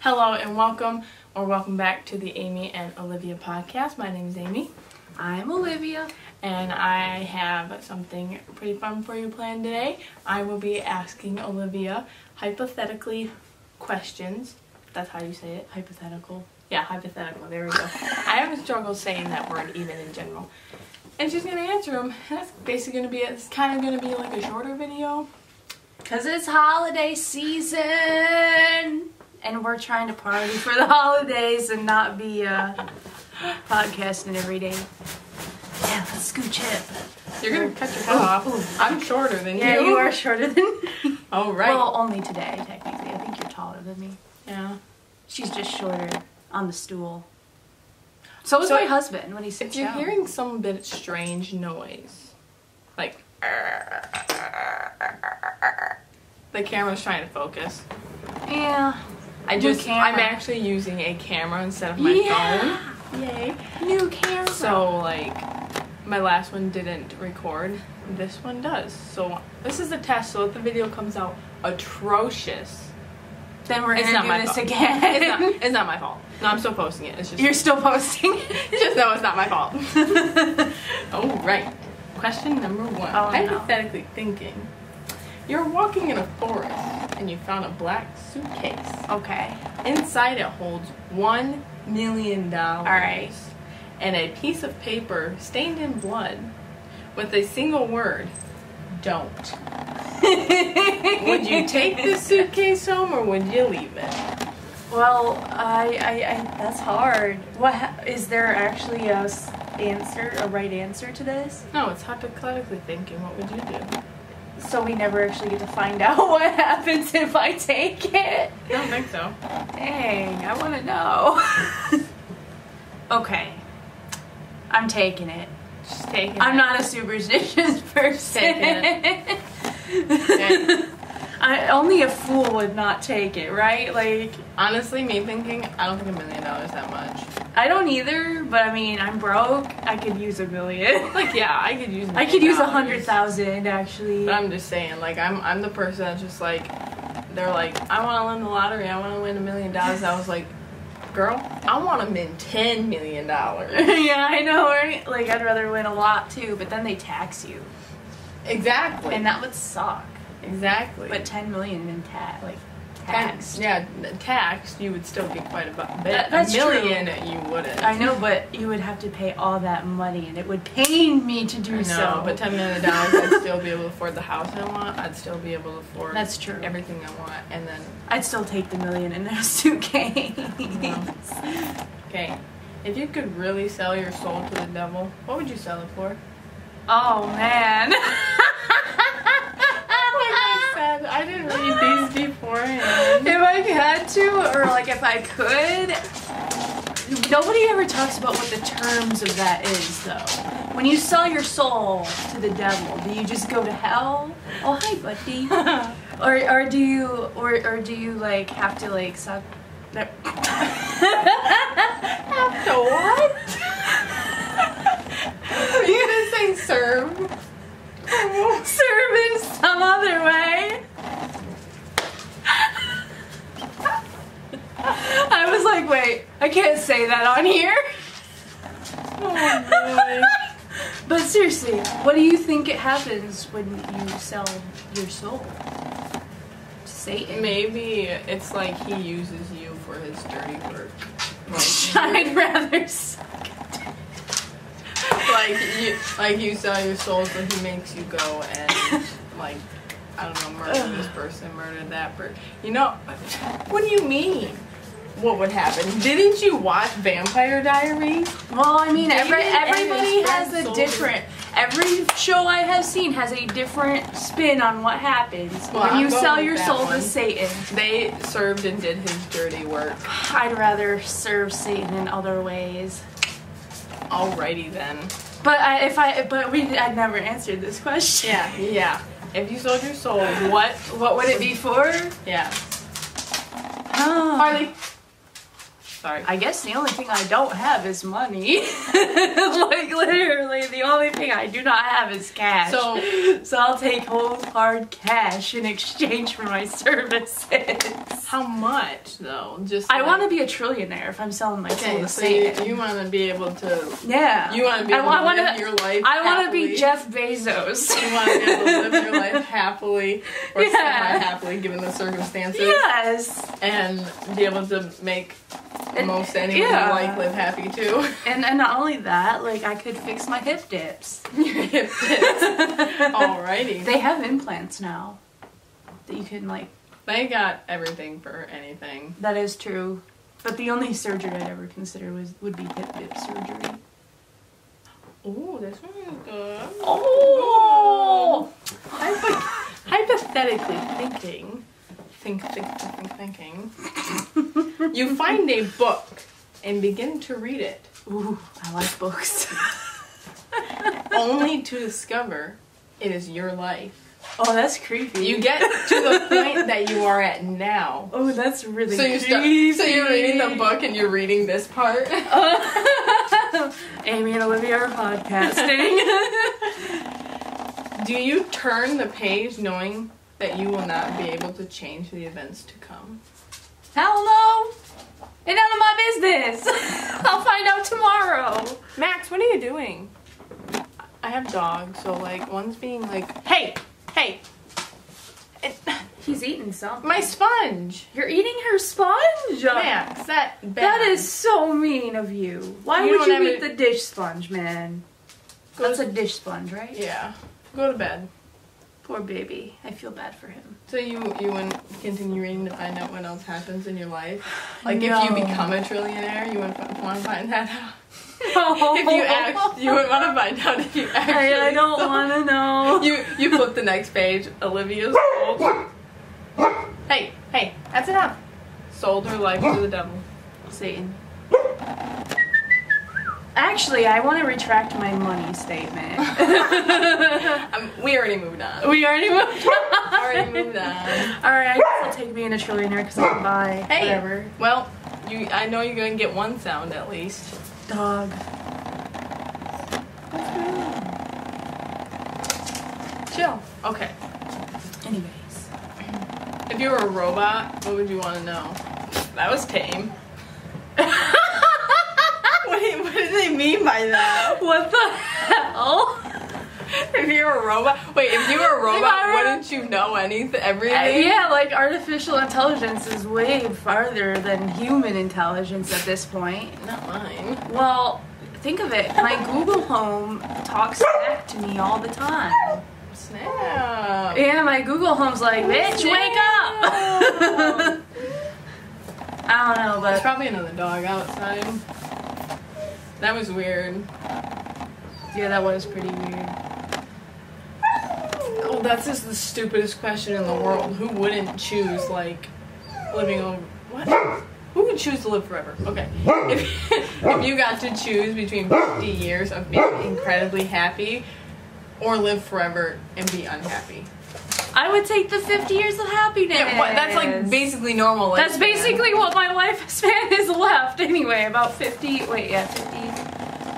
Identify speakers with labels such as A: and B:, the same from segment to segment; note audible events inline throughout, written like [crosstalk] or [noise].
A: Hello and welcome, or welcome back to the Amy and Olivia podcast. My name is Amy,
B: I'm Olivia.
A: and I have something pretty fun for you planned today. I will be asking Olivia hypothetically questions. That's how you say it.
B: Hypothetical.
A: Yeah, hypothetical. There we go. I haven't struggled saying that word even in general. And she's gonna answer them. That's basically gonna be it. It's kind of gonna be like a shorter video.
B: Because it's holiday season! And we're trying to party for the [laughs] holidays and not be uh, podcasting every day. Yeah, let's scooch it.
A: You're gonna cut your head off. I'm shorter than
B: Yeah,
A: you.
B: you are shorter than. [laughs]
A: All right.
B: Well, only today, technically. I think you're taller than me.
A: yeah.
B: She's just shorter on the stool. So is
A: So-
B: my husband when he
A: If
B: sits
A: you're
B: down.
A: hearing some bit strange noise, like the camera's trying to focus.
B: yeah.
A: I
B: New
A: just I'm
B: camera.
A: actually using a camera instead of my
B: Yeah.
A: phone. Yay.
B: New camera.
A: So like my last one didn't record. This one does. So this is a test, so if the video comes out atrocious.
B: then we're
A: It's
B: gonna
A: not
B: do
A: my
B: this
A: fault.
B: again.
A: It's not
B: [laughs]
A: it's not my fault. No, I'm still posting it. It's just
B: You're still posting.
A: just know it's not my fault.
B: [laughs]
A: All right. Question number one.
B: Oh, no.
A: Hypothetically thinking, you're walking in a forest and you found a black suitcase.
B: [laughs] okay.
A: Inside it holds one million dollars.
B: right.
A: And a piece of paper stained in blood with a single word, don't. Would you [laughs] take the suitcase home or would you leave it?
B: Well, I, I, I that's hard. What ha- is there actually a s- answer, a right answer to this?
A: No, it's hypothetically thinking. What would you do?
B: So we never actually get to find [laughs] out what happens if I take it.
A: I don't think so.
B: Dang, I want to know. [laughs] okay, I'm taking it.
A: Just take it.
B: I'm not a superstitious [laughs] person.
A: Taking Okay.
B: [laughs] I, only a fool would not take it, right? Like,
A: Honestly, me thinking, I don't think a million dollars that much.
B: I don't either, but I mean, I'm broke. I could use a million. [laughs]
A: Like, yeah, I could use.
B: I could use a
A: $1
B: hundred thousand, actually.
A: But I'm just saying, like, I'm I'm the person that's just like, they're like, I want to win the lottery. I want to win a million dollars. I was like, girl, I want to win ten million dollars.
B: [laughs] yeah, I know, right? Like, I'd rather win a lot too, but then they tax you,
A: Exactly.
B: and that would suck.
A: exactly.
B: But ten million in tax, like,
A: Ten-
B: taxed.
A: Yeah, taxed. You would still be quite a bu- bit.
B: That- that's
A: a million, you wouldn't.
B: I know, but you would have to pay all that money, and it would pain me to do
A: I know,
B: so.
A: but ten million dollars, I'd still be able to afford the house I want. I'd still be able to afford
B: [laughs] That's true.
A: everything I want, and then
B: I'd still take the million in their [laughs] suitcase.
A: Okay, if you could really sell your soul to the devil, what would you sell it for?
B: Oh man. [laughs]
A: said, I didn't [laughs] read these [laughs] beforehand.
B: If I had to, or like if I could, nobody ever talks about what the terms of that is, though. When you sell your soul to the devil, do you just go to hell? Oh hi,
A: [laughs]
B: buddy. or or do you or or do you like have to like suck? [laughs] No.
A: Have to what? Are you gonna say serve?
B: [laughs] Serve in some other way. I was like, wait, I can't say that on here.
A: Oh,
B: [laughs] but seriously, what do you think it happens when you sell your soul to Satan?
A: Maybe it's like he uses you for his dirty [laughs] work. Like,
B: [laughs] I'd rather. s-
A: like you, like you sell your soul, so he makes you go and like I don't know, murder this person, murder that person. You know, what do you mean? What would happen? Didn't you watch Vampire Diaries?
B: Well, I mean, every,
A: Satan and
B: everybody
A: his
B: has
A: friend
B: a
A: sold
B: different. Every show I have seen has a different spin on what happens
A: Well,
B: when
A: I'm
B: you
A: going
B: sell
A: with
B: your
A: that
B: soul
A: one.
B: to Satan.
A: They served and did his dirty work.
B: I'd rather serve Satan in other ways.
A: Alrighty then.
B: But I, if I, but we, I never answered this question.
A: yeah. If you sold your soul, what
B: What would it be for?
A: Yeah.
B: Oh.
A: Harley. Sorry.
B: I guess the only thing I don't have is money. [laughs] like literally, the only thing I do not have is cash.
A: So-
B: so I'll take cold hard cash in exchange for my services.
A: How much though? Just
B: I
A: like-
B: want to be a trillionaire if I'm selling my soul
A: Okay,
B: to
A: so you,
B: Satan.
A: you want to be able to.
B: yeah.
A: You want to be
B: I
A: able
B: wa-
A: to
B: I wanna-
A: live your life.
B: I want to
A: happily.
B: be Jeff Bezos.
A: You want to be able to
B: [laughs]
A: live your life happily, or
B: Yeah.
A: semi-happily, given the circumstances,
B: Yes.
A: and be able to make
B: And-
A: most anyone
B: yeah.
A: you like live happy too. [laughs]
B: And and not only that, like I could fix my
A: [laughs]
B: hip dips.
A: Alrighty.
B: They have implants now that you can like.
A: They got everything for anything.
B: That is true. But the only surgery I'd ever consider was would be hip dip surgery.
A: Ooh, this one is good.
B: Oh.
A: Hypo- hypothetically thinking, think, think, think, think, thinking, you find a book and begin to read it,
B: Ooh, I like books.
A: only to discover it is your life.
B: oh, that's creepy.
A: You get to the point that you are at now.
B: Oh, that's really
A: So you start,
B: creepy.
A: so you're reading the book and you're reading this part.
B: [laughs] Amy and Olivia are podcasting. [laughs]
A: Do you turn the page knowing that you will not be able to change the events to come?
B: Hell no! It's none of my business. [laughs] I'll find out tomorrow.
A: Max, what are you doing? I have dogs, so like one's being like, hey, hey, it, [laughs]
B: He's eating something.
A: my sponge.
B: You're eating her sponge.
A: Max, that bad.
B: That is so mean of you. Why
A: You
B: would
A: don't
B: you
A: have
B: eat
A: any-
B: the dish sponge, man?
A: Go
B: That's
A: to-
B: a dish sponge, right?
A: yeah. Go to bed.
B: Poor baby. I feel bad for him.
A: So you you wouldn't continue reading to find out what else happens in your life. Like if
B: No.
A: you become a trillionaire, you would want to find that out.
B: [laughs] [laughs] No.
A: If you act, you would want to find out if you actually.
B: I, I don't
A: sold.
B: want to [laughs] know.
A: You you flip the next page. Olivia's sold. hey hey, that's enough. Sold her life to the
B: [laughs]
A: devil.
B: Satan. Actually, I want to retract my money [laughs] statement.
A: Um, we already moved on.
B: we already [laughs] moved on.
A: already moved on.
B: All right, I guess I'll take being a trillionaire because I'll buy
A: Hey.
B: whatever.
A: Well, you I know you're gonna get one sound at least.
B: Dog.
A: Chill. Okay.
B: Anyways.
A: If you were a robot, what would you want to know? That was [laughs] tame. What do, you- what do they mean by that?
B: what the hell?
A: If you were a robot, wait. If you were a
B: If I
A: robot,
B: were-
A: wouldn't you know anything? Everything.
B: Uh, yeah, like artificial intelligence is way farther than human intelligence at this point.
A: Not mine.
B: Well, think of it. My Google Home talks back to me all the time.
A: Snap.
B: Yeah, my Google Home's like, bitch, wake up! [laughs] I don't know,
A: There's
B: but
A: probably another dog outside. That was weird.
B: yeah, that was pretty weird.
A: Oh, that's just the stupidest question in the world. Who wouldn't choose like living over? What? Who would choose to live forever? Okay. If, [laughs] if you got to choose between 50 years of being incredibly happy or live forever and be unhappy,
B: I would take the 50 years of happiness.
A: yeah, what, that's like basically normal. Life
B: That's basically what my [laughs] lifespan is left anyway. About 50, wait, yeah, 50.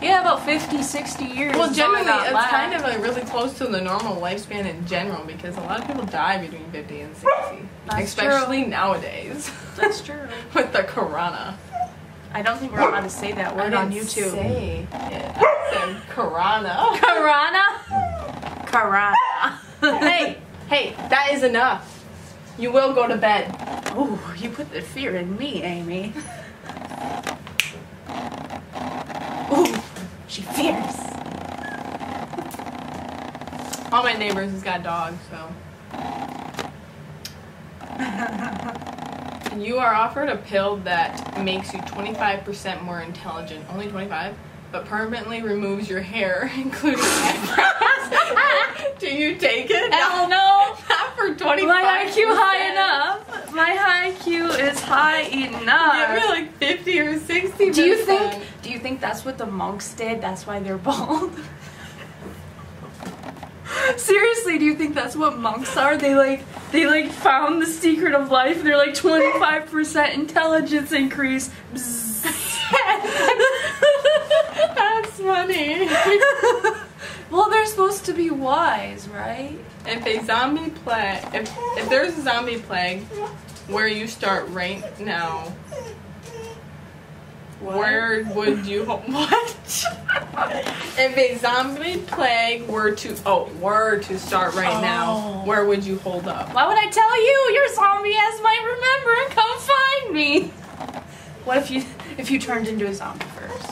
B: Yeah, about 50, 60 years.
A: Well,
B: is all I
A: generally,
B: got
A: it's
B: left.
A: kind of like really close to the normal lifespan in general because a lot of people die between 50 and 60,
B: That's
A: especially nowadays [laughs]
B: That's true.
A: with the corona.
B: I don't think we're allowed to say that word on YouTube.
A: Say it. I said corona.
B: Karana?
A: [laughs]
B: Karana.
A: hey, hey, that is enough. You will go to bed.
B: Oh, you put the fear in me, Amy. Ooh, she fears.
A: All my neighbors has got dogs, so.
B: [laughs]
A: you are offered a pill that makes you 25% more intelligent, only 25, but permanently removes your hair, [laughs] including
B: [laughs]
A: eyebrows. Do you take it?
B: Hell no!
A: Not for 25.
B: My IQ high enough. My IQ is high
A: Yeah,
B: enough.
A: we're like 50 or 60.
B: Do you think? Do you think that's what the monks did? That's why they're bald. [laughs] Seriously, do you think that's what monks are? They like they like found the secret of life. They're like 25% intelligence increase. Bzzz.
A: [laughs] That's funny.
B: [laughs] well, they're supposed to be wise, right?
A: If a zombie plague, if, if there's a zombie plague, where you start right now,
B: [laughs]
A: where would you ho- what? if a zombie plague were to oh were to start right
B: Oh.
A: now, where would you hold up?
B: Why would I tell you? Your zombie ass might remember and come find me. What if you if you turned into a zombie first?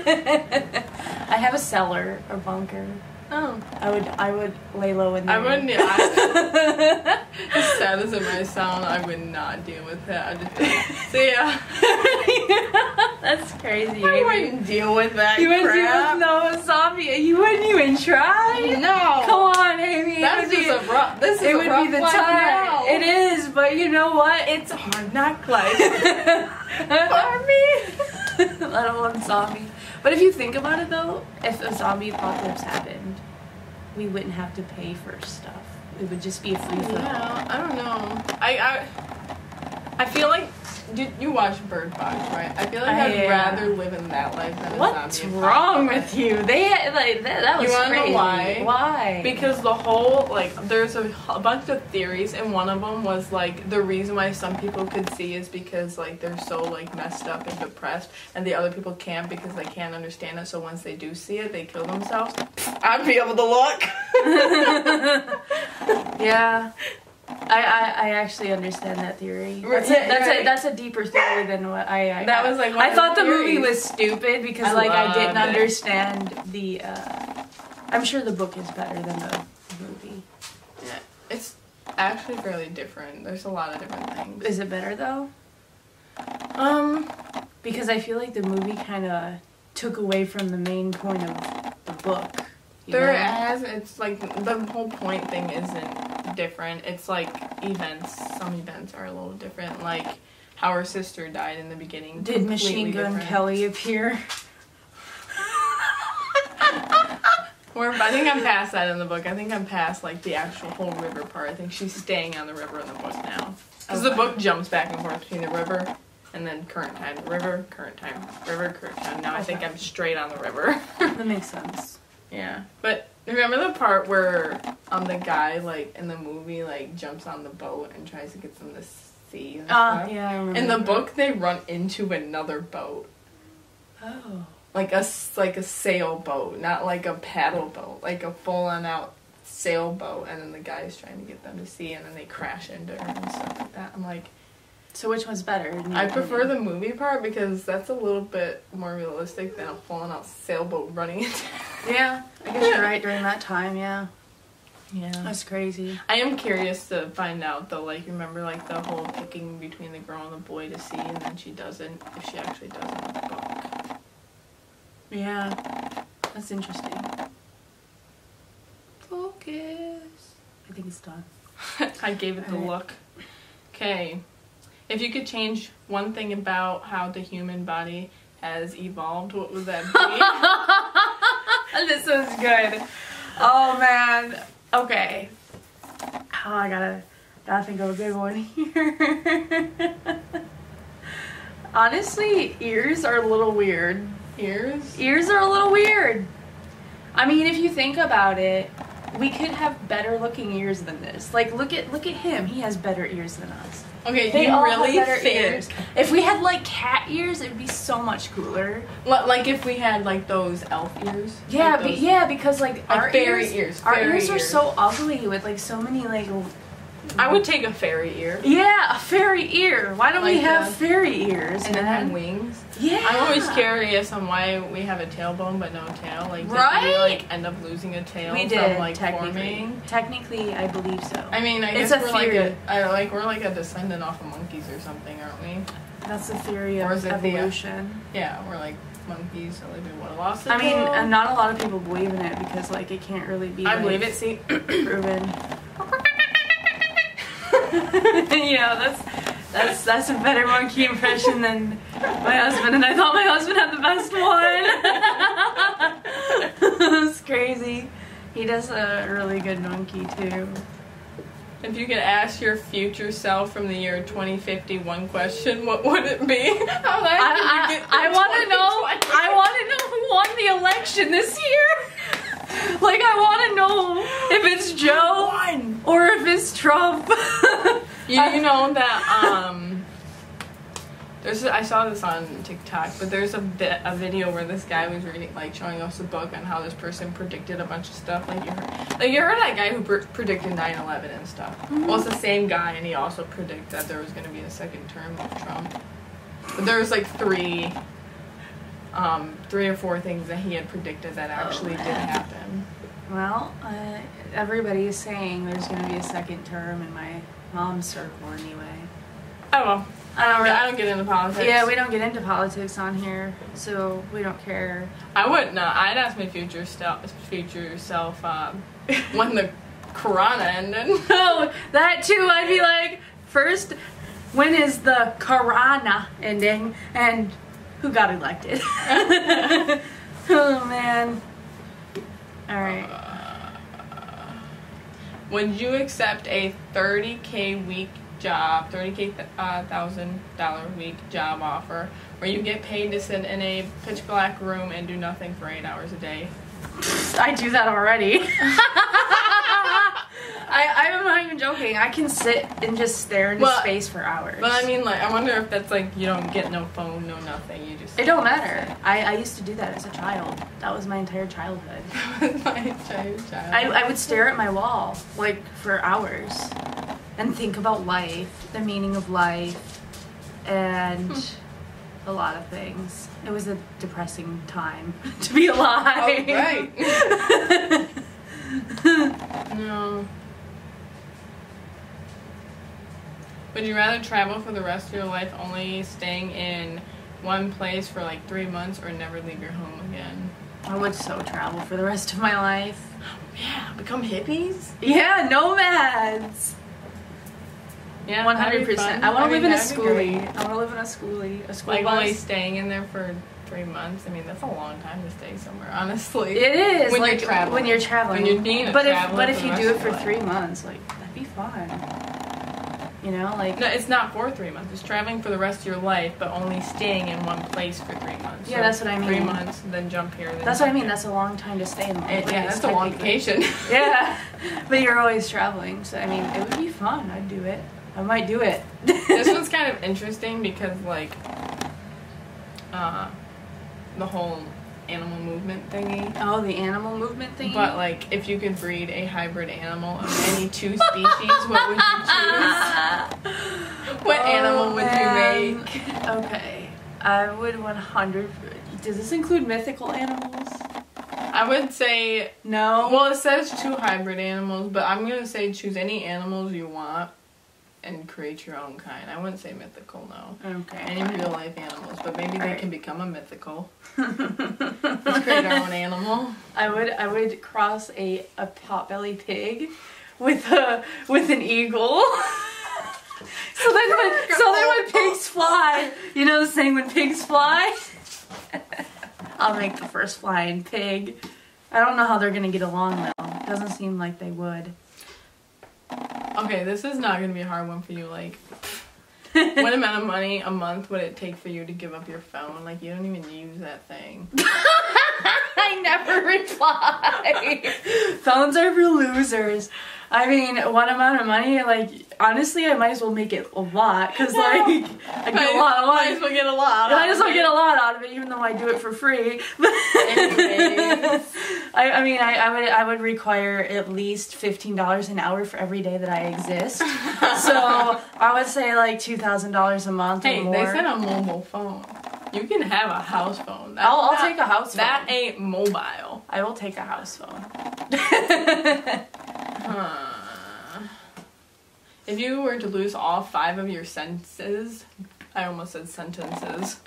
B: [laughs] I have a cellar or bunker.
A: Oh,
B: I would I would lay low in there.
A: I wouldn't. I,
B: I,
A: as sad as it might sound, I would not deal with
B: [laughs]
A: that. I just see ya.
B: [laughs] That's crazy.
A: I
B: Amy.
A: wouldn't deal with that
B: You wouldn't
A: crap.
B: even know a zombie. You wouldn't even try.
A: No.
B: Come on, Amy. It
A: That's
B: would be-
A: just a rough. This is
B: It
A: a
B: would
A: rough
B: be the
A: life
B: time.
A: now.
B: It is, but you know what? It's a hard
A: [laughs]
B: knock life. [laughs] Zombie. Let alone zombie. But if you think about it, though, if a zombie apocalypse happened, we wouldn't have to pay for stuff. It would just be a free for all.
A: Yeah, I don't know. I I, I feel like did you watch Bird Box, right? I feel like
B: I-
A: I'd rather live in that life than a
B: What's
A: zombie
B: wrong
A: apocalypse.
B: with you? They like that, that
A: You
B: was
A: wanna know
B: crazy.
A: why?
B: Why?
A: Because the whole like there's a, h- a bunch of theories and one of them was like the reason why some people could see is because like they're so like messed up and depressed and the other people can't because they can't understand it so once they do see it they kill themselves. I'd be able to look.
B: [laughs]
A: [laughs]
B: yeah. I, I, I actually understand that theory.
A: Right,
B: That's a,
A: yeah,
B: that's, a,
A: right.
B: that's a deeper theory than what I. I
A: That was, like, one
B: I
A: of
B: thought the
A: the
B: movie
A: theories.
B: was stupid because
A: I
B: like I
A: loved
B: didn't
A: it.
B: understand the. Uh, I'm sure the book is better than the movie.
A: Yeah, it's actually fairly different. There's a lot of different things.
B: Is it better though?
A: um,
B: Because I feel like the movie kind of took away from the main point of the book. you
A: there
B: know?
A: has it's like the whole point thing isn't different. It's like events. Some events are a little different. Like how her sister died in the beginning.
B: Did Machine
A: completely
B: Gun
A: different. [laughs]
B: Kelly appear?
A: We're, I think I'm past that in the book. I think I'm past like the actual whole river part. I think she's staying on the river in the book now. Because the
B: Okay.
A: book jumps back and forth between the river and then current time. River, current time. River, current time. Now I think
B: Okay.
A: I'm straight on the river. [laughs]
B: that makes sense.
A: Yeah, but remember the part where um the guy like in the movie like jumps on the boat and tries to get them to sea. And
B: Ah,
A: stuff?
B: yeah, I remember.
A: In the book, they run into another boat,
B: Oh.
A: like a s- like a sailboat, not like a paddle boat, like a full on out sailboat. And then the guy is trying to get them to sea, and then they crash into her and stuff like that. I'm like,
B: So which one's better? in your
A: I prefer
B: opinion?
A: the movie part because that's a little bit more realistic than a full on out sailboat running into.
B: Yeah, I guess you're right. During that time, yeah,
A: [laughs]
B: [laughs]
A: Yeah.
B: that's crazy.
A: I am curious to find out though, like remember like the whole picking between the girl and the boy to see and then she doesn't if she actually doesn't in the book.
B: Yeah, that's interesting. Focus. I think it's done.
A: [laughs] I gave it the
B: Alright.
A: look. Okay. If you could change one thing about how the human body has evolved, what would that be?
B: [laughs] this was good. Oh man. Okay. Oh, I gotta gotta think of a good one here. [laughs] Honestly, ears are a little weird. [laughs]
A: Ears?
B: Ears are a little weird. I mean, if you think about it, we could have better looking ears than this. Like, look at look at him. He has better ears than us.
A: Okay,
B: They
A: you
B: all
A: really
B: have better
A: think
B: ears. If we had like cat ears, it'd be so much cooler.
A: Li- like if we had like those elf ears.
B: Yeah,
A: like
B: be,
A: those-
B: yeah, because like, our
A: fairy
B: ears,
A: ears,
B: our
A: fairy
B: ears are
A: ears.
B: so ugly with like so many like. l-
A: I would take a fairy ear.
B: Yeah, a fairy ear. Why don't we
A: Like
B: have
A: the-
B: fairy ears,
A: And then
B: man?
A: have wings.
B: yeah.
A: I'm
B: [laughs]
A: always curious on why we have a tailbone but no tail. Like, did
B: Right?
A: we like end up losing a tail
B: We
A: from
B: did
A: like
B: technically.
A: forming?
B: Technically, I believe so.
A: I mean, I
B: It's
A: guess
B: a
A: we're like
B: theory.
A: a, I, like we're like a descendant off of monkeys or something, aren't we?
B: That's the theory
A: Or
B: of
A: is it the- uh,
B: evolution.
A: Yeah, we're like monkeys. So like we would have lost. a
B: I mean,
A: tail.
B: and not a lot of people believe in it because like it can't really be.
A: I
B: like,
A: believe it. See, [clears throat]
B: Proven. [laughs] yeah, that's That's that's a better monkey impression than my husband, and I thought my husband had the best one. [laughs] it's crazy. He does a really good monkey too.
A: [laughs] If you could ask your future self from the year 2050 one question, what would it be? [laughs] How the
B: I,
A: heck did you
B: I,
A: get through
B: I want to
A: 2020?
B: know. I want to know who won the election this year. [laughs] like I want to know if it's Joe
A: One.
B: or if it's Trump. [laughs]
A: You, you know that um. There's I saw this on TikTok, but there's a bit a video where this guy was reading like showing us a book on how this person predicted a bunch of stuff. Like you heard, like you heard that guy who pr- predicted 9/11 and stuff.
B: Mm-hmm.
A: Well, it's the same guy, and he also predicted that there was going to be a second term of Trump. But there was like three, um, three or four things that he had predicted that actually did
B: Oh, man.
A: happen.
B: Well, uh, everybody is saying there's going to be a second term in my mom's circle anyway.
A: I don't know.
B: I don't
A: I
B: really.
A: don't get into politics.
B: Yeah, we don't get into politics on here, so we don't [laughs] care.
A: I wouldn't. Uh, I'd ask my future self, future self, um, [laughs] when the Corona ended.
B: Oh, that too. I'd be like, first, when is the Karana ending, and who got elected? [laughs] oh man. All right.
A: Would you accept a 30k week job, 30k th- uh, thousand dollar week job offer, where you get paid to sit in a pitch black room and do nothing for eight hours a day?
B: I do that already. [laughs] I, I'm not even joking. I can sit and just stare into
A: Well,
B: space for hours.
A: But I mean, like, I wonder if that's like you don't get no phone, no nothing. You just
B: it don't matter. I, I used to do that as a child. That was my entire childhood.
A: [laughs] my entire child.
B: I, I would stare at my wall like for hours and think about life, the meaning of life, and a lot of things. It was a depressing time [laughs] to be alive.
A: Oh, No. Would you rather travel for the rest of your life only staying in one place for like three months or never leave your home again?
B: [laughs] I would so travel for the rest of my life.
A: Yeah, become hippies?
B: Yeah, nomads.
A: Yeah,
B: One hundred percent. I want to live in a
A: school.
B: schoolie. I want to live in a schoolie. A school
A: Like
B: bus.
A: only staying in there for three months. I mean, that's a long time to stay somewhere, [laughs] honestly.
B: It is
A: When you're
B: like
A: traveling.
B: when you're traveling.
A: When you're being a
B: but if
A: traveler
B: but
A: for
B: if
A: the
B: you
A: rest
B: do
A: of your
B: it for
A: life.
B: three months, like that'd be fun. You know, like
A: No, it's not for three months. It's traveling for the rest of your life, but only staying in one place for three months.
B: Yeah, that's what I
A: Three
B: mean.
A: months, then jump here. Then
B: that's what
A: jump
B: I mean.
A: there.
B: That's a long time to stay in. one
A: It- yeah,
B: place,
A: that's a long
B: technically.
A: vacation.
B: [laughs]
A: [laughs]
B: Yeah, but you're always traveling, so I mean, it would be fun. I'd do it. I might do it.
A: this one's kind of interesting because like uh the whole animal movement thingy
B: [laughs] oh, the animal movement thing.
A: but like if you could breed a hybrid animal of any two species what would you
B: [laughs]
A: choose what
B: Oh,
A: animal would you
B: man.
A: make
B: Okay, I would 100. Does this include mythical animals?
A: i would say
B: No.
A: well it says two hybrid animals but i'm gonna say choose any animals you want and create your own kind i wouldn't say mythical no any
B: Okay.
A: real life animals but maybe they
B: Alright.
A: can become a mythical
B: [laughs]
A: let's create our own animal
B: I would I would cross a a potbelly pig with a with an eagle. [laughs] so then when so then when pigs fly, you know the saying when pigs fly. [laughs] I'll make the first flying pig. I don't know how they're gonna get along though. It doesn't seem like they would. [laughs]
A: Okay, this is not gonna be a hard one for you. [laughs] Like, what amount of money a month would it take for you to give up your phone? Like, you don't even use that [laughs] thing.
B: I never reply. Phones are for losers. I mean, what amount of money? Like, honestly, I might as well make it a
A: [laughs]
B: lot because, like, I get a lot out
A: Might
B: of
A: as
B: it.
A: well get a lot.
B: I might as well get a lot out of it, even though I do it for free. [laughs]
A: [laughs] Anyways.
B: I, I mean, I, I would I would require at least fifteen dollars an hour for every day that I
A: [laughs]
B: exist. so I would say like two thousand dollars a month
A: Hey,
B: or more.
A: they said a mobile phone. You can have a house phone. That's
B: I'll, I'll
A: not-
B: take a house
A: That
B: phone.
A: ain't mobile.
B: I will take a house phone.
A: Huh. If you were to lose all five of your senses, I almost said [laughs] sentences.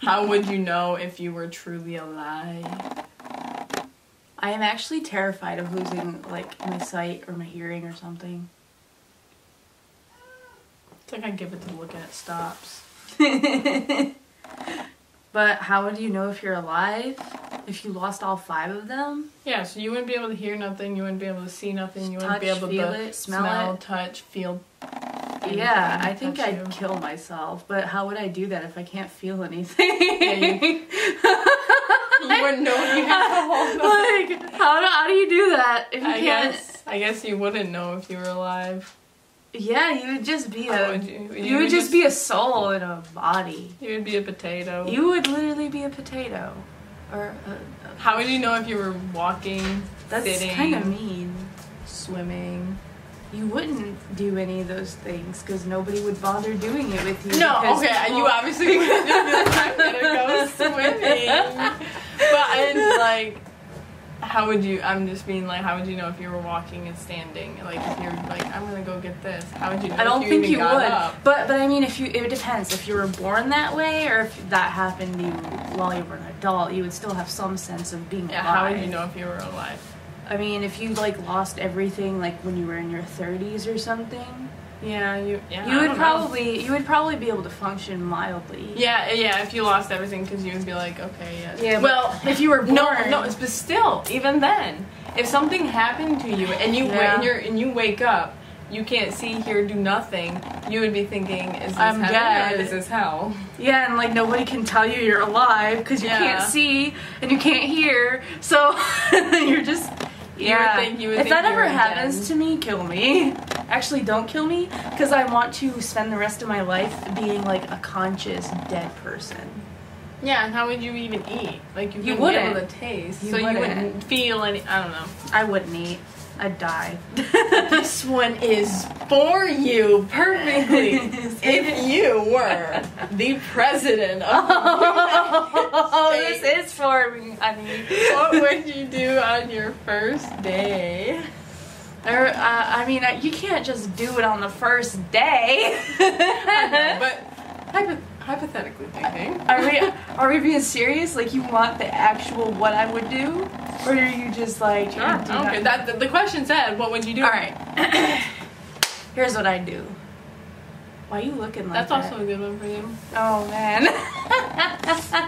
A: How would you know if you were truly alive?
B: I am actually terrified of losing like my sight or my hearing or something. It's like I give it to looking at stops. but how would you know if you're alive? If you lost all five of them?
A: Yeah, so you wouldn't be able to hear nothing, you wouldn't be able to see nothing, you wouldn't be
B: Touch,
A: able
B: feel
A: to
B: it, smell it.
A: touch,
B: [laughs]
A: feel.
B: Yeah,
A: anything
B: I think
A: touch
B: I'd
A: you.
B: kill myself. But how would I do that if I can't feel [laughs] anything?
A: [laughs] You wouldn't know if you had to hold them.
B: [laughs] like, how do, how do you do that if you
A: I
B: can't?
A: guess I guess you wouldn't know if you were alive.
B: Yeah, you would just be
A: How
B: a.
A: would you?
B: You would just be a soul in a body.
A: You would be a potato.
B: You would literally be a potato. Or a, a-
A: How would you know if you were walking,
B: that's
A: sitting,
B: kind of mean.
A: swimming?
B: You wouldn't do any of those things because nobody would bother doing it with you.
A: No,
B: because
A: okay,
B: people-
A: you obviously wouldn't be like, I'm gonna go swimming. But and like, how would you? I'm just being like, how would you know if you were walking and standing? Like, if you're like, I'm gonna go get this. How would you? know
B: I don't
A: if
B: think
A: even
B: you would.
A: got Up?
B: But but I mean, if you it depends. If you were born that way, or if that happened to you while you were an adult, you would still have some sense of being
A: Yeah,
B: alive.
A: how would you know if you were alive?
B: I mean, if you like lost everything, like when you were in your thirties or something,
A: Yeah, you. Yeah, I
B: you would
A: don't know.
B: probably you would probably be able to function mildly.
A: Yeah, yeah. If you lost everything, because you would be like, okay, yeah.
B: Yeah, but
A: Well,
B: if you were born,
A: No, no, it's- but still, even then, if something happened to you and you
B: Yeah.
A: yeah. and, you're, and you wake up, you can't see, hear, do nothing. You would be thinking, "Is this
B: I'm
A: heaven
B: dead.
A: or is this hell?"
B: yeah, and like nobody can tell you you're alive because you
A: Yeah.
B: can't see and you can't hear, so [laughs] you're just.
A: You would
B: Yeah.
A: think- you would
B: if
A: think
B: that
A: you
B: ever
A: were
B: happens
A: dead.
B: to me, kill me. Actually, don't kill me because I want to spend the rest of my life being like a conscious dead person.
A: Yeah, and how would you even eat? Like you,
B: You
A: wouldn't be able
B: wouldn't.
A: to taste,
B: You
A: so you
B: wouldn't.
A: wouldn't feel any. I don't know.
B: I wouldn't eat. I'd [laughs] die.
A: This one is for you perfectly. [laughs]
B: [laughs]
A: if you were the president of [laughs]
B: oh,
A: the United States,
B: this is for me. I mean,
A: what would you do on your first day?
B: or, uh, I mean, uh, you can't just do it on the first [laughs] day.
A: [laughs] but hypo- hypothetically thinking,
B: Are we are we being serious? Like you want the actual what I would do, or are you just like
A: Sure. Okay. That the, the question said, "What would you do?"
B: All right. [coughs] Here's what I do. Why are you looking like
A: That's
B: that?
A: also a good one for you.
B: Oh man. [laughs] all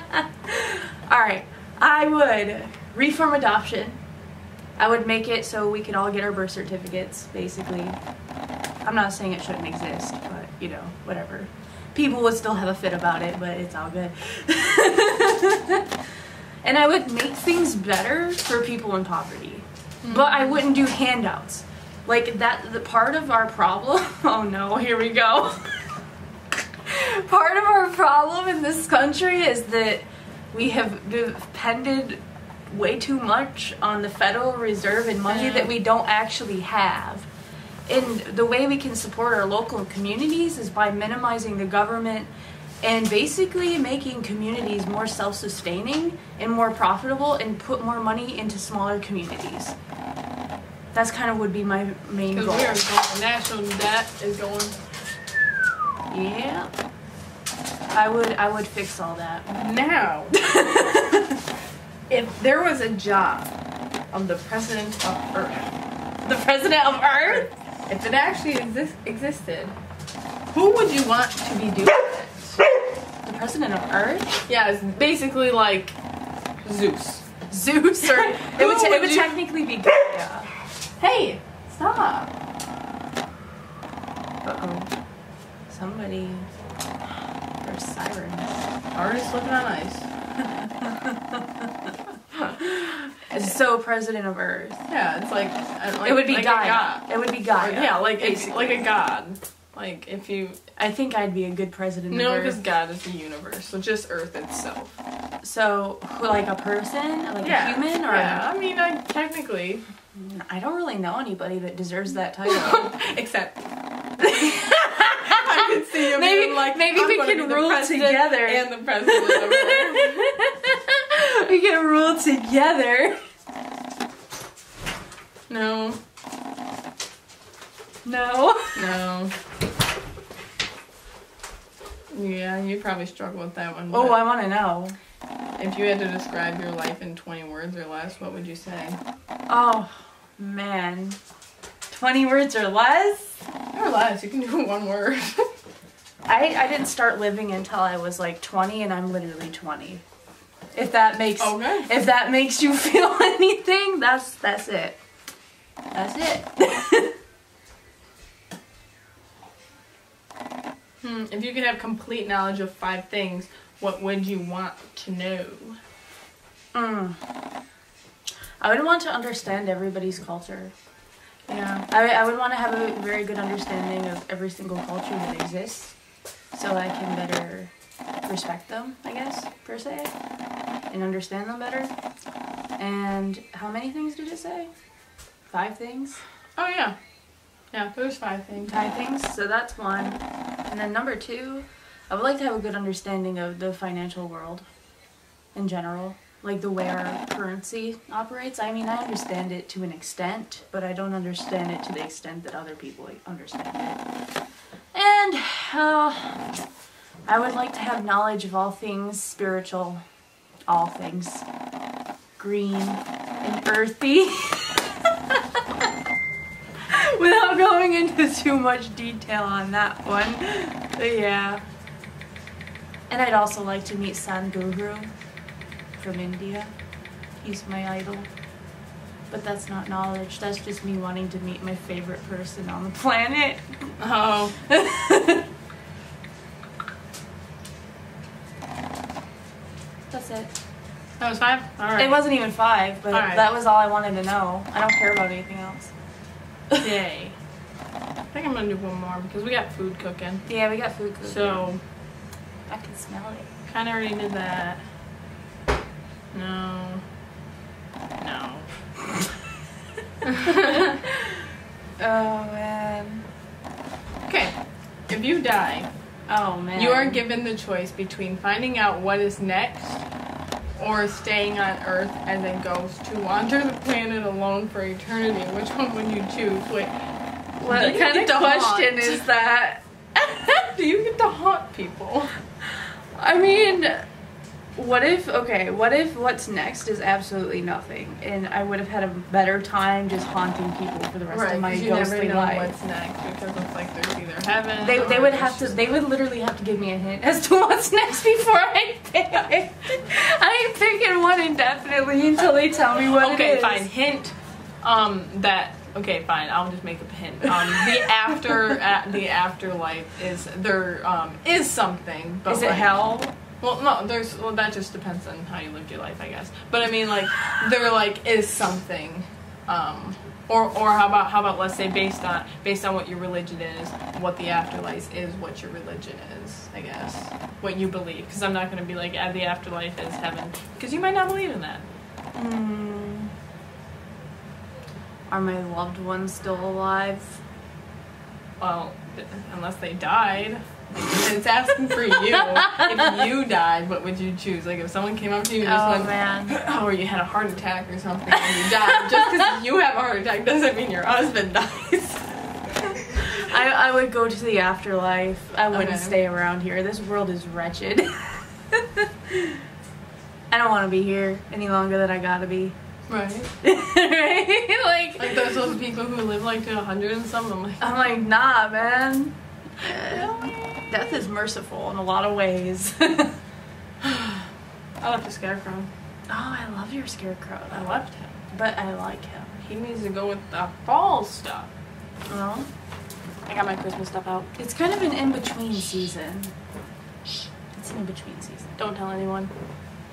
B: right. I would reform adoption. I would make it so we could all get our birth certificates, basically. I'm not saying it shouldn't exist, but you know, whatever. People would still have a fit about it, but it's all good. [laughs] and I would make things better for people in poverty. But I wouldn't do handouts. Like that the part of our problem. [laughs] Oh no, here we go. [laughs] Part of our problem in this country is that we have depended way too much on the Federal Reserve and money
A: Yeah.
B: that we don't actually have. And the way we can support our local communities is by minimizing the government and basically making communities more self sustaining and more profitable and put more money into smaller communities. That's kind of would be my main
A: Because
B: goal.
A: we are going. National debt is going.
B: Yeah. I would I would fix all that.
A: [laughs] Now, if there was a job of the president of Earth,
B: The president of Earth?
A: if it actually exist- existed, who would you want to be doing it?
B: The president of
A: [laughs]
B: Earth?
A: Yeah, it's basically like Zeus.
B: Zeus
A: [laughs]
B: or it would,
A: Who
B: te- it
A: would
B: would
A: you-
B: technically be Gaia.
A: Hey, stop.
B: Uh-oh. Somebody there's sirens.
A: Artist looking on ice.
B: So president of Earth.
A: Yeah, it's like, I don't- like
B: it would be
A: like a
B: Gaia.
A: god.
B: It would be
A: Or,
B: Gaia.
A: yeah, like it's
B: basically.
A: like a god. Like if you
B: I think I'd be a good president
A: no,
B: of
A: because
B: Earth.
A: God is the universe, so just Earth itself.
B: So who- like a person? Like a human or
A: yeah. I mean, I, technically,
B: [laughs] I don't really know anybody that deserves
A: [laughs]
B: that title.
A: except I could see you
B: [laughs] Maybe-
A: being like
B: maybe
A: I'm
B: we
A: gonna
B: can
A: be the
B: rule
A: president
B: together.
A: and the president. Of
B: [laughs]
A: Earth.
B: we get ruled together.
A: no,
B: No.
A: no. Yeah, you probably struggle with that one.
B: Oh,
A: but
B: I want to know.
A: if you had to describe your life in 20 words or less, what would you say?
B: Oh, man. 20 words or less? [laughs]
A: Or less, you can do one word.
B: I, I didn't start living until I was like 20, and I'm literally 20. If that makes
A: Okay.
B: if that makes you [laughs] feel anything, that's that's it. That's it.
A: Hmm, if you could have complete knowledge of five things, what would you want to know?
B: Mm. I would want to understand everybody's culture.
A: Yeah.
B: I, I would want to have a very good understanding of every single culture that exists, so I can better respect them, I guess, per se, and understand them better. And how many things did it say? Five things.
A: Oh yeah. Yeah, there's five things.
B: Thai things. So that's one. And then number two, I would like to have a good understanding of the financial world in general, like the way our currency operates. I mean, I understand it to an extent, but I don't understand it to the extent that other people understand it. And uh, I would like to have knowledge of all things spiritual, all things green and earthy. [laughs] Without going into too much detail on that one. But yeah. And I'd also like to meet Sadhguru from India. He's my idol. But that's not knowledge, that's just me wanting to meet my favorite person on the planet.
A: Oh.
B: that's it.
A: That was five? Alright.
B: It wasn't even five, but
A: All right.
B: that was all I wanted to know. I don't care about anything else.
A: [laughs] Yay. I think I'm gonna do one more because we got food cooking.
B: Yeah, we got food cooking.
A: So
B: I can smell it.
A: kinda already did that. No. No. [laughs]
B: Oh man.
A: Okay. If you die,
B: Oh man.
A: you are given the choice between finding out what is next or staying on Earth as a ghost to wander the planet alone for eternity. Which one would you choose? Wait, [laughs] You
B: What [laughs] kind
A: get
B: of
A: to haunt.
B: question is that?
A: do you get to haunt people?
B: I mean, what if? Okay, what if what's next is absolutely nothing, and I would have had a better time just haunting people for the rest of my
A: 'cause you
B: ghostly
A: never know
B: life.
A: what's next because it's like there's either heaven.
B: They,
A: or
B: they would
A: there's
B: have to
A: just-
B: they would literally have to give me a hint as to [laughs] what's next before I pick. I ain't picking one indefinitely until they tell me what it
A: Okay,
B: is.
A: fine. Hint. Um, that. Okay, fine. I'll just make up a hint. Um, the
B: [laughs]
A: after uh, the afterlife is there. Um, is something. But
B: Is it
A: like-
B: hell?
A: Well, no. There's. Well, that just depends on how you lived your life, I guess. But I mean, like, there like is something. Um, or or how about how about let's say based on based on what your religion is, what the afterlife is, what your religion is, I guess, what you believe. Because I'm not gonna be like, ah, the afterlife is heaven, because you might not believe in that. Hmm.
B: Mm. Are my loved ones still alive?
A: Well, th- unless they died. It's asking [laughs] for you. if you died, what would you choose? Like, if someone came up to you and just went,
B: man.
A: [laughs] oh, or you had a heart attack or something and you died, just because you have a heart attack doesn't mean your husband [laughs] dies.
B: I, I would go to the afterlife. I wouldn't
A: Okay.
B: stay around here. This world is wretched. [laughs] I don't want to be here any longer than I gotta be. [laughs]
A: Right?
B: right?
A: Like, there's those people who live like to 100 and some, I'm like,
B: I'm like, nah, man. Uh, Death is merciful in a lot of ways. [laughs] oh,
A: I left a Oh, scarecrow.
B: I love your scarecrow.
A: I left him.
B: But I like him.
A: He needs to go with the fall stuff.
B: Well,
A: I got my Christmas stuff out.
B: It's kind of an in between season. It's an in between season.
A: Don't tell anyone.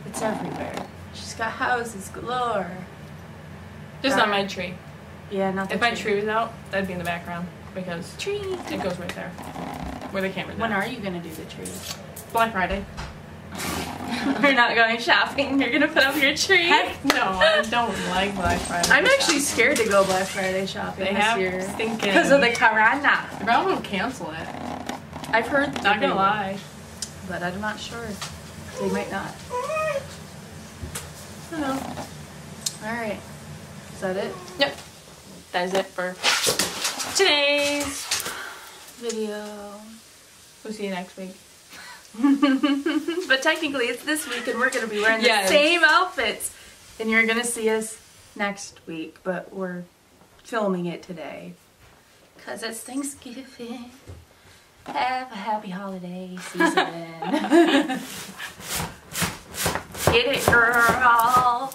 B: It's everywhere. She's got houses galore.
A: Just not my tree.
B: Yeah, not the
A: If my tree was out, that'd be in the background because
B: Tree.
A: it goes right there where the camera's
B: When
A: at.
B: are you gonna do the tree? [laughs]
A: Black Friday.
B: We're not going shopping. You're gonna put up your tree.
A: Heck no, I don't like Black Friday.
B: I'm actually scared to go Black Friday shopping
A: they
B: this
A: have
B: year
A: stinking.
B: because of the corona.
A: They probably will cancel it.
B: I've heard.
A: Not gonna
B: they will,
A: lie.
B: but I'm not sure. They might not.
A: I don't know.
B: All right. Is that it?
A: Yep. That is it for today's.
B: Video.
A: We'll see you next week.
B: [laughs] but technically, it's this week, and we're going to be wearing
A: Yes.
B: the same outfits. And you're going to see us next week, but we're filming it today. Because it's Thanksgiving. Have a happy holiday season. Get it, girl.